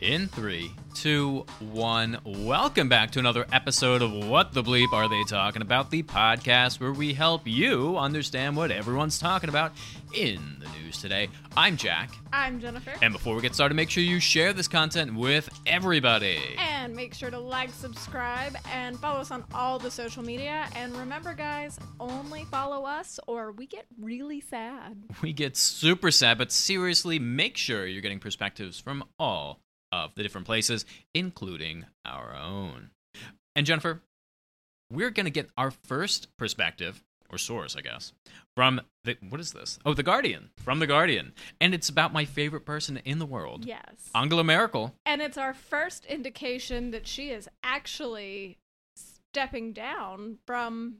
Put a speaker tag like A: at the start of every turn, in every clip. A: In three, two, one. Welcome back to another episode of What the Bleep Are They Talking About? The podcast where we help you understand what everyone's talking about in the news today. I'm Jack.
B: I'm Jennifer.
A: And before we get started, make sure you share this content with everybody.
B: And make sure to like, subscribe, and follow us on all the social media. And remember, guys, only follow us or we get really sad.
A: We get super sad, but seriously, make sure you're getting perspectives from all of the different places, including our own. And Jennifer, we're going to get our first perspective or source, I guess, from the what is this? Oh, the Guardian. From the Guardian, and it's about my favorite person in the world,
B: Yes.
A: Angela Merkel.
B: And it's our first indication that she is actually stepping down from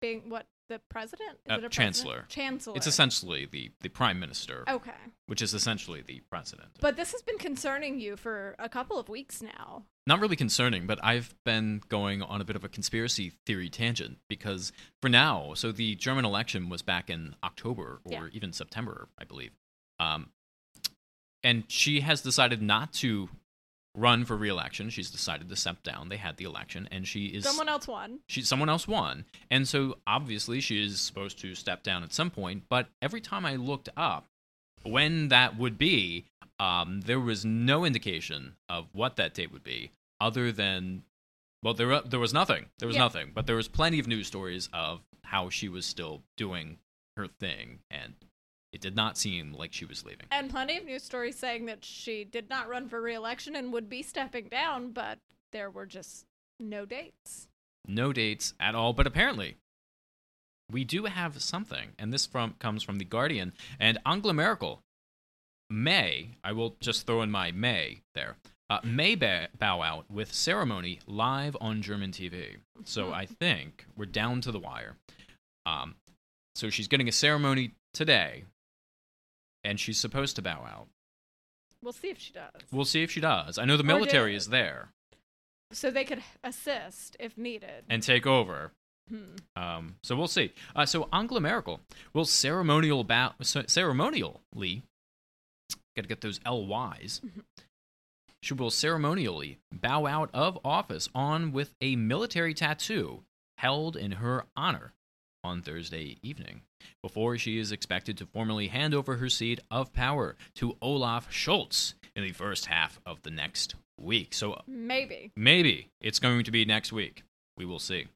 B: being what the president?
A: Uh,
B: Is it a president?
A: chancellor.
B: Chancellor.
A: It's essentially the the prime minister,
B: Okay.
A: which is essentially the president.
B: But this has been concerning you for a couple of weeks now.
A: Not really concerning, but I've been going on a bit of a conspiracy theory tangent because for now, so the German election was back in October or
B: Yeah.
A: even September, I believe. Um, and she has decided not to run for re-election. She's decided to step down. They had the election, and she is
B: Someone else won.
A: she someone else won and so obviously she is supposed to step down at some point but every time i looked up when that would be um, there was no indication of what that date would be other than well there, uh, there was nothing there was
B: Yeah.
A: nothing but there was plenty of news stories of how she was still doing her thing and it did not seem like she was leaving
B: And plenty of news stories saying that she did not run for reelection and would be stepping down, but there were just no dates.
A: no dates at all, but apparently we do have something, and this from comes from the Guardian and Angela Merkel. May, I will just throw in my May there. Uh, may ba- bow out with ceremony live on German TV. So I think we're down to the wire. Um, so she's getting a ceremony today, and she's supposed to bow out.
B: We'll see if she does.
A: We'll see if she does. I know the
B: Or
A: military
B: did-
A: is there
B: So they could assist if needed.
A: and take over.
B: Hmm.
A: Um, so we'll see. Uh, so Angela Merkel will ceremonial bow, c- ceremonially, gotta get those LYs. She will ceremonially bow out of office on with a military tattoo held in her honor on Thursday evening, before she is expected to formally hand over her seat of power to Olaf Scholz in the first half of the next week. So
B: Maybe.
A: Maybe it's going to be next week. We will see.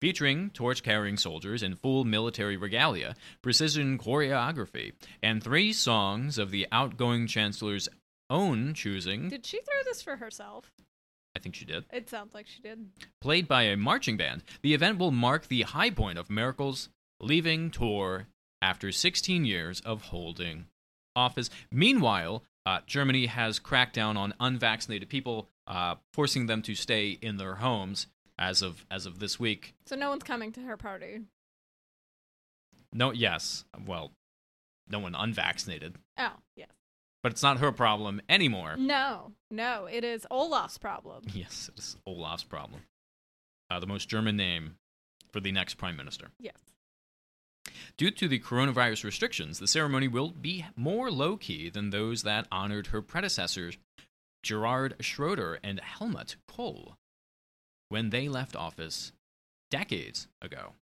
A: Featuring torch carrying soldiers in full military regalia, precision choreography, and three songs of the outgoing chancellor's own choosing,
B: Did she throw this for herself?
A: I think she did,
B: It sounds like she did.
A: played by a marching band, the event will mark the high point of Merkel's leaving tour after 16 years of holding office. Meanwhile, uh, Germany has cracked down on unvaccinated people, uh, forcing them to stay in their homes as of as of this week.
B: So no one's coming to her party.
A: No, yes, well, no one unvaccinated,
B: Oh, yes.
A: but it's not her problem anymore.
B: No, no, it is Olaf's problem.
A: Yes, it is Olaf's problem. Uh, the most German name for the next prime minister.
B: Yes.
A: Due to the coronavirus restrictions, the ceremony will be more low key than those that honored her predecessors, Gerard Schroeder and Helmut Kohl, when they left office decades ago.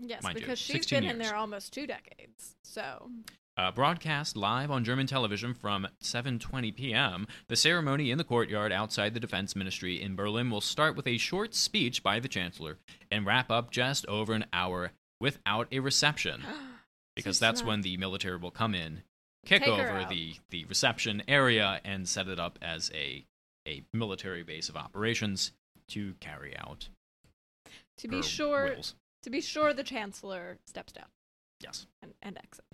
B: Yes,
A: Mind you,
B: because she's
A: 16
B: been in
A: years.
B: there almost two decades. So
A: Uh, broadcast live on German television from 7:20 p.m., the ceremony in the courtyard outside the Defense Ministry in Berlin will start with a short speech by the Chancellor and wrap up just over an hour without a reception, because
B: she's
A: that's
B: not-
A: when the military will come in, kick
B: Take her
A: over
B: out.
A: the the reception area, and set it up as a a military base of operations to carry out.
B: to be
A: her
B: sure,
A: wills.
B: to be sure, the chancellor steps down
A: yes,
B: and, and exits.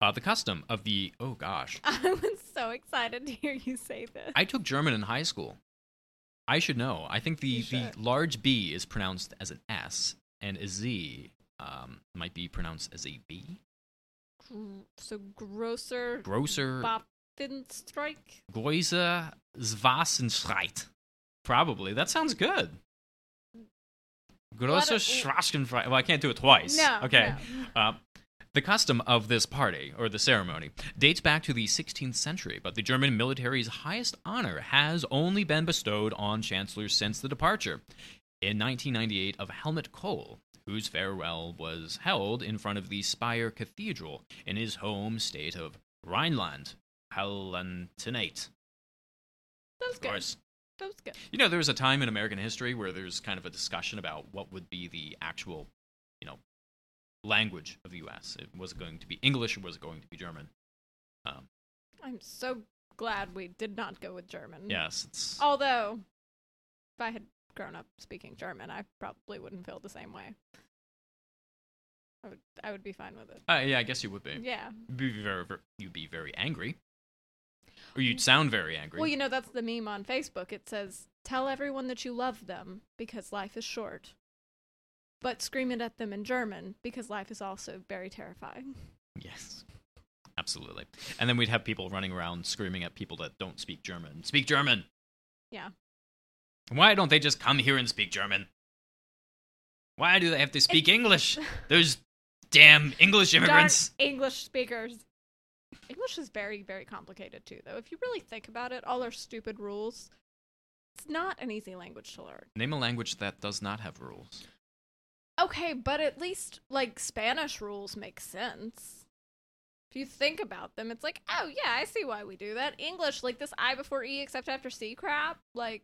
A: uh, the custom of the oh gosh.
B: I was so excited to hear you say this.
A: I took German in high school. I should know. I think the,
B: You
A: the
B: should.
A: large B is pronounced as an S, and a Z um, might be pronounced as a B.
B: Gr- so grosser
A: Grosser,
B: Bopfin strike.
A: Geuser, Zwassenschreit. Probably. That sounds good.
B: What
A: Grosser
B: a-
A: Schwaschenfreit. Well, I can't do it twice.
B: No.
A: Okay.
B: no.
A: Uh, The custom of this party, or the ceremony, dates back to the 16th century, but the German military's highest honor has only been bestowed on chancellors since the departure in 1998 of Helmut Kohl, whose farewell was held in front of the Speyer Cathedral in his home state of Rhineland, Palatinate.
B: That was
A: Of
B: good.
A: course.
B: That was good.
A: You know, there was a time in American history where there's kind of a discussion about what would be the actual, you know, language of the U.S. It was it going to be English or was it going to be German? Um,
B: I'm so glad we did not go with German.
A: yes, it's
B: Oh. Although, if I had grown up speaking German, I probably wouldn't feel the same way. I would, I would be fine with it.
A: uh, yeah, I guess you would be.
B: Yeah.
A: You'd be very, ver- you'd be very angry, or you'd sound very angry.
B: Mm. Well, you know, that's the meme on Facebook. It says, Tell everyone that you love them because life is short. But scream it at them in German because life is also very terrifying.
A: yes, absolutely. And then we'd have people running around screaming at people that don't speak German. Speak German.
B: Yeah.
A: Why don't they just come here and speak German? Why do they have to speak English? Those damn English immigrants.
B: Darn English speakers. English is very, very complicated too, though. If you really think about it, all our stupid rules, it's not an easy language to learn.
A: Name a language that does not have rules.
B: Okay, but at least, like, Spanish rules make sense. If you think about them, it's like, oh, yeah, I see why we do that. English, like this I before E except after C crap. Like,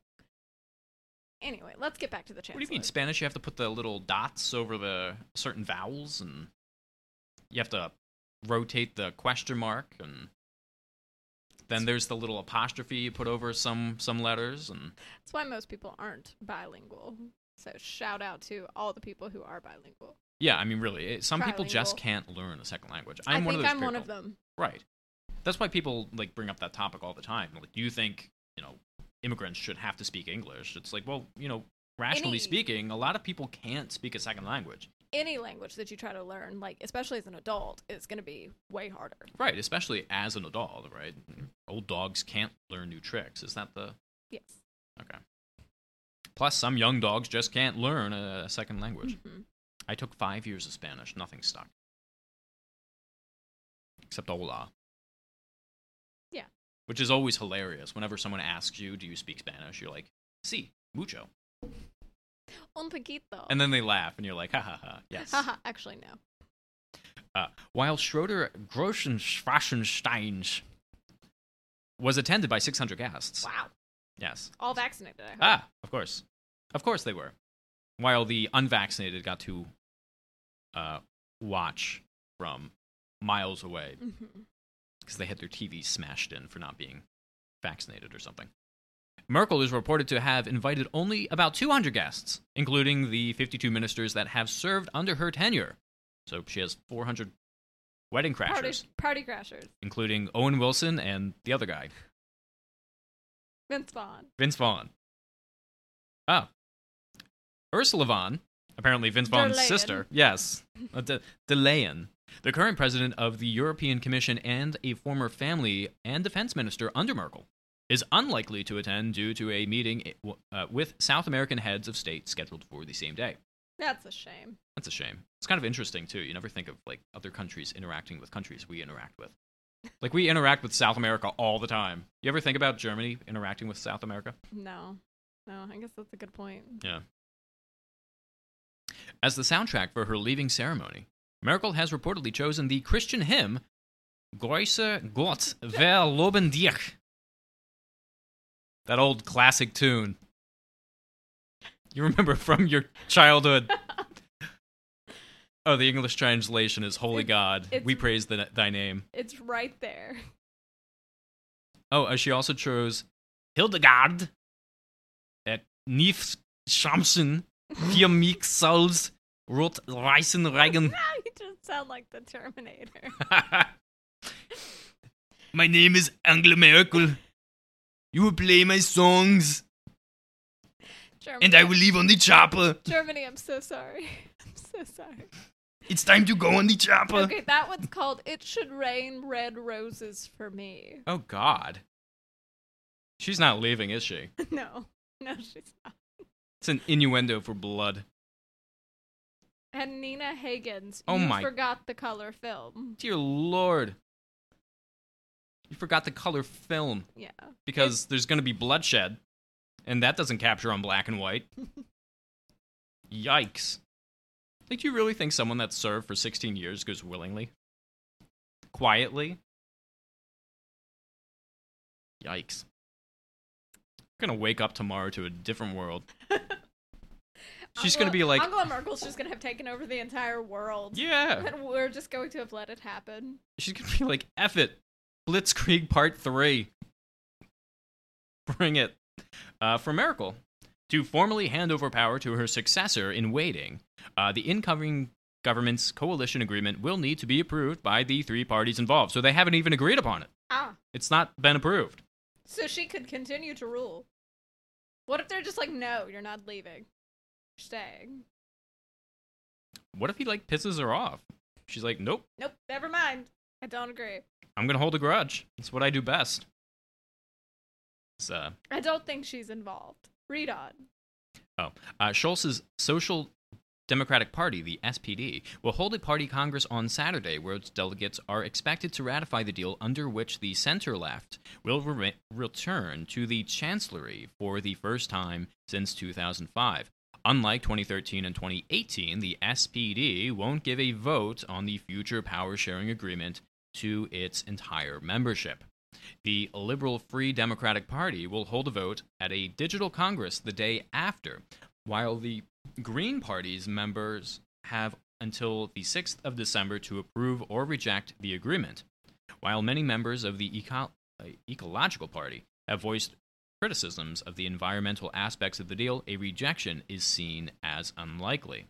B: anyway, let's get back to the
A: What
B: chancellor.
A: do you mean Spanish? You have to put the little dots over the certain vowels, and you have to rotate the question mark, and then there's the little apostrophe you put over some some letters, and
B: That's why most people aren't bilingual. So, shout out to all the people who are bilingual.
A: yeah, I mean, really, it, some people just
B: Trilingual.
A: can't learn a second language.
B: i
A: I'm
B: think
A: one of those
B: I'm one
A: people.
B: of them.
A: Right. That's why people like bring up that topic all the time. Like, do you think you know immigrants should have to speak English? It's like, well, you know, rationally
B: Any-
A: speaking, a lot of people can't speak a second language.
B: Any language that you try to learn, like, especially as an adult, is going to be way harder.
A: Right, especially as an adult, right? Old dogs can't learn new tricks. Is that the
B: Yes.
A: okay? Plus, some young dogs just can't learn a second language.
B: Mhm.
A: I took five years of Spanish. Nothing stuck, except hola.
B: Yeah.
A: Which is always hilarious. Whenever someone asks you, "Do you speak Spanish?" You're like, "Sí, mucho,"
B: Un poquito.
A: and then they laugh, and you're like, "Ha ha ha!" Yes.
B: Haha, Actually, no.
A: Uh, while Schroeder Grossenschwaschenstein's was attended by 600 guests.
B: Wow.
A: Yes.
B: All vaccinated, I hope.
A: Ah, of course. Of course they were. While the unvaccinated got to uh, watch from miles away
B: Mhm.
A: because they had their TVs smashed in for not being vaccinated or something. Merkel is reported to have invited only about 200 guests, including the 52 ministers that have served under her tenure. So she has 400 wedding crashers,
B: Party, party crashers.
A: including Owen Wilson and the other guy.
B: Vince Vaughn.
A: Vince Vaughn. Oh. Ursula Vaughn, apparently Vince Vaughn's
B: Der Leyen.
A: sister. Yes. Uh, De, De Leyen. The current president of the European Commission and a former family and defense minister under Merkel is unlikely to attend due to a meeting i- w- uh, with South American heads of state scheduled for the same day.
B: That's a shame.
A: That's a shame. It's kind of interesting too. You never think of like other countries interacting with countries we interact with. Like we interact with South America all the time. You ever think about Germany interacting with South America?
B: No. No, I guess that's a good point.
A: As the soundtrack for her leaving ceremony, Merkel has reportedly chosen the Christian hymn Große Gott, wir loben dich. That old classic tune. You remember from your childhood. oh, the English translation is Holy
B: It's-
A: God,
B: it's-
A: we praise the, thy name.
B: It's right there.
A: Oh, uh, she also chose Hildegard at Nif Shamsen, Vier mich soll's Rot Reisenregen.
B: now you just sound like the Terminator.
A: my name is Angela Merkel. You will play my songs,
B: Germany,
A: and I will leave on the chopper.
B: Germany, I'm so sorry. I'm so sorry.
A: It's time to go on the chopper.
B: Okay, that one's called It Should Rain Red Roses for Me.
A: Oh, God. She's not leaving, is she?
B: No. No, she's not.
A: It's an innuendo for blood.
B: and Nina Hagens.
A: Oh
B: you
A: my-
B: forgot the color film.
A: Dear Lord. You forgot the color film
B: Yeah.
A: because there's going to be bloodshed, and that doesn't capture on black and white. Yikes. Like, do you really think someone that served for 16 years goes willingly? Quietly? Yikes. I'm going to wake up tomorrow to a different world. She's going to
B: Angela-
A: be like,
B: Angela Merkel's just gonna have taken over the entire world.
A: yeah.
B: And we're just going to have let it happen.
A: She's gonna be like, F it. Blitzkrieg Part 3. Bring it. Uh, for Miracle, to formally hand over power to her successor in waiting, uh, the incoming government's coalition agreement will need to be approved by the three parties involved. So they haven't even agreed upon it.
B: Ah.
A: It's not been approved.
B: So she could continue to rule. What if they're just like, no, you're not leaving. You're staying.
A: What if he, like, pisses her off? She's like, nope,
B: Nope, never mind. I don't agree.
A: I'm gonna hold a grudge. That's what I do best. It's, uh,
B: I don't think she's involved. Read on.
A: Oh, uh, Schultz's Social Democratic Party, the SPD, will hold a party congress on Saturday where its delegates are expected to ratify the deal under which the center left will re- return to the chancellery for the first time since 2005. Unlike 2013 and 2018, the SPD won't give a vote on the future power sharing agreement to its entire membership. The Liberal Free Democratic Party will hold a vote at a digital Congress the day after, while the Green Party's members have until the 6th of December to approve or reject the agreement. While many members of the Eco- uh, Ecological Party have voiced criticisms of the environmental aspects of the deal, a rejection is seen as unlikely.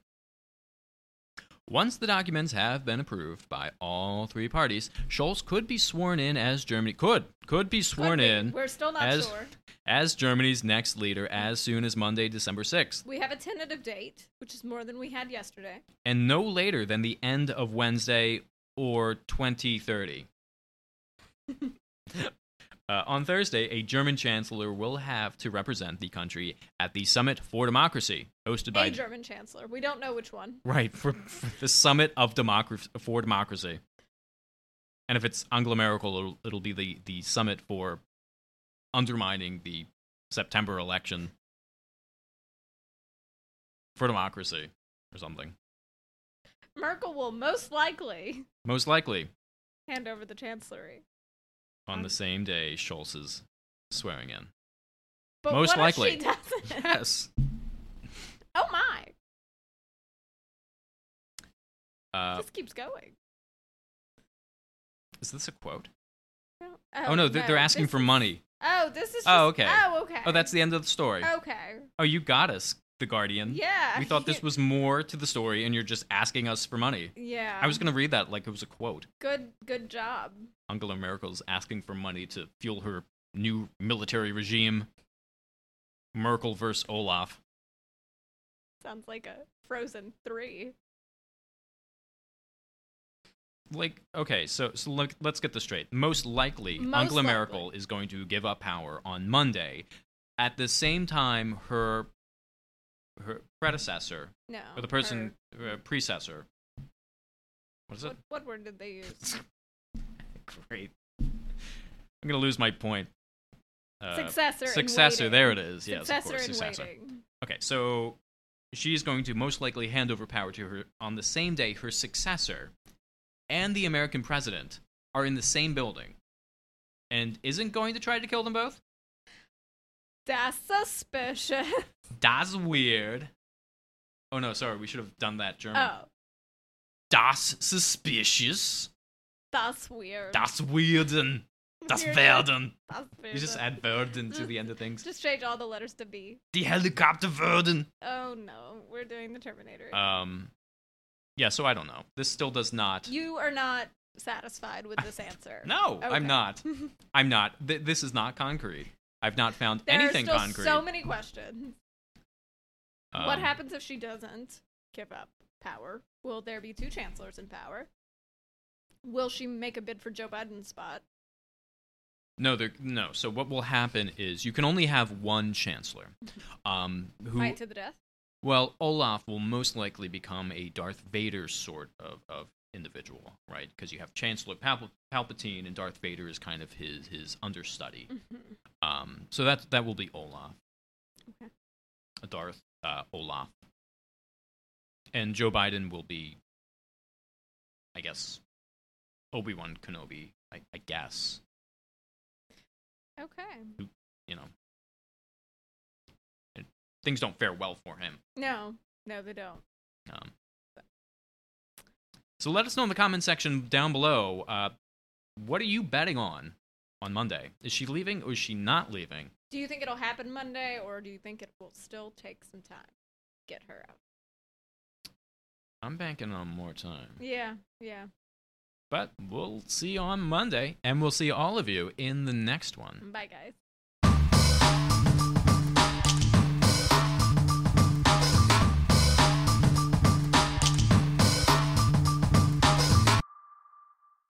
A: Once the documents have been approved by all three parties, Scholz could be sworn in as Germany could could be sworn
B: Could be.
A: in
B: We're still not
A: as-
B: sure.
A: as Germany's next leader as soon as Monday, December 6th,
B: We have a tentative date, which is more than we had yesterday.
A: and no later than the end of Wednesday or 2030. Uh, on Thursday, a German chancellor will have to represent the country at the Summit for Democracy, hosted by
B: A German chancellor. We don't know which one.
A: right for, for the Summit of Democracy for Democracy. And if it's Angela Merkel, it'll, it'll be the, the summit for undermining the September election for democracy or something.
B: Merkel will most likely
A: Most likely
B: hand over the chancellery.
A: on
B: Um,
A: the same day Schultz is swearing in.
B: But
A: Most
B: what
A: likely.
B: If she doesn't?
A: Yes.
B: Oh my!
A: Uh,
B: this keeps going.
A: is this a quote? Oh, no, they're,
B: no,
A: they're asking
B: this
A: for
B: is-
A: money.
B: Oh, this is. Just,
A: Oh, okay.
B: Oh, okay.
A: Oh, that's the end of the story.
B: Okay.
A: Oh, you got us, The Guardian.
B: Yeah.
A: We thought this was more to the story, and you're just asking us for money.
B: Yeah.
A: I was going to read that like it was a quote.
B: Good. Good job.
A: Angela Merkel's asking for money to fuel her new military regime. Merkel versus Olaf.
B: Sounds like a Frozen Three.
A: Like, okay, so, so look, let's get this straight. Most likely,
B: Most
A: Angela
B: likely.
A: Merkel is going to give up power on Monday. At the same time, her her predecessor,
B: No.
A: or the person, uh, predecessor. What is
B: her-
A: it?
B: What, what word did they use?
A: Great. I'm going to lose my point. Uh,
B: successor. in
A: successor,
B: waiting.
A: there it is. Yes,
B: Successor
A: of course,
B: in
A: successor.
B: waiting.
A: Okay, so she's going to most likely hand over power to her on the same day her successor and the American president are in the same building and isn't going to try to kill them both?
B: That's suspicious.
A: Das weird. Oh no, sorry, we should have done that German.
B: oh,
A: Das suspicious.
B: that's weird.
A: Das weirden. Das
B: Weird.
A: werden.
B: That's weird.
A: You just add werden to the end of things.
B: Just change all the letters to B.
A: Die Helikopter werden.
B: Oh no, we're doing the Terminator. again.
A: Um yeah, so I don't know. This still does not
B: you are not satisfied with this answer.
A: No,
B: Okay.
A: I'm not. I'm not. Th- this is not concrete. I've not found
B: There
A: anything
B: are still
A: concrete.
B: so many questions. what
A: Um,
B: happens if she doesn't give up power? Will there be two chancellors in power? Will she make a bid for Joe Biden's spot?
A: No, there, no. So
B: Mm-hmm.
A: what will happen is you can only have one chancellor, um, who
B: Fight to the death?
A: Well, Olaf will most likely become a Darth Vader sort of, of individual, right? Because you have Chancellor Palp- Palpatine, and Darth Vader is kind of his his understudy.
B: Mhm.
A: Um, so that that will be Olaf.
B: Okay.
A: A Darth uh, Olaf. And Joe Biden will be, I guess, Obi Wan Kenobi. I, I guess
B: Okay.
A: you know. And things don't fare well for him.
B: No, no, they don't.
A: Um, so let us know in the comment section down below. Uh, what are you betting on on Monday? Is she leaving or is she not leaving?
B: Do you think it'll happen Monday, or do you think it will still take some time? to Get her out.
A: I'm banking on more time.
B: Yeah, yeah.
A: But we'll see you on Monday, and we'll see all of you in the next one.
B: Bye, guys.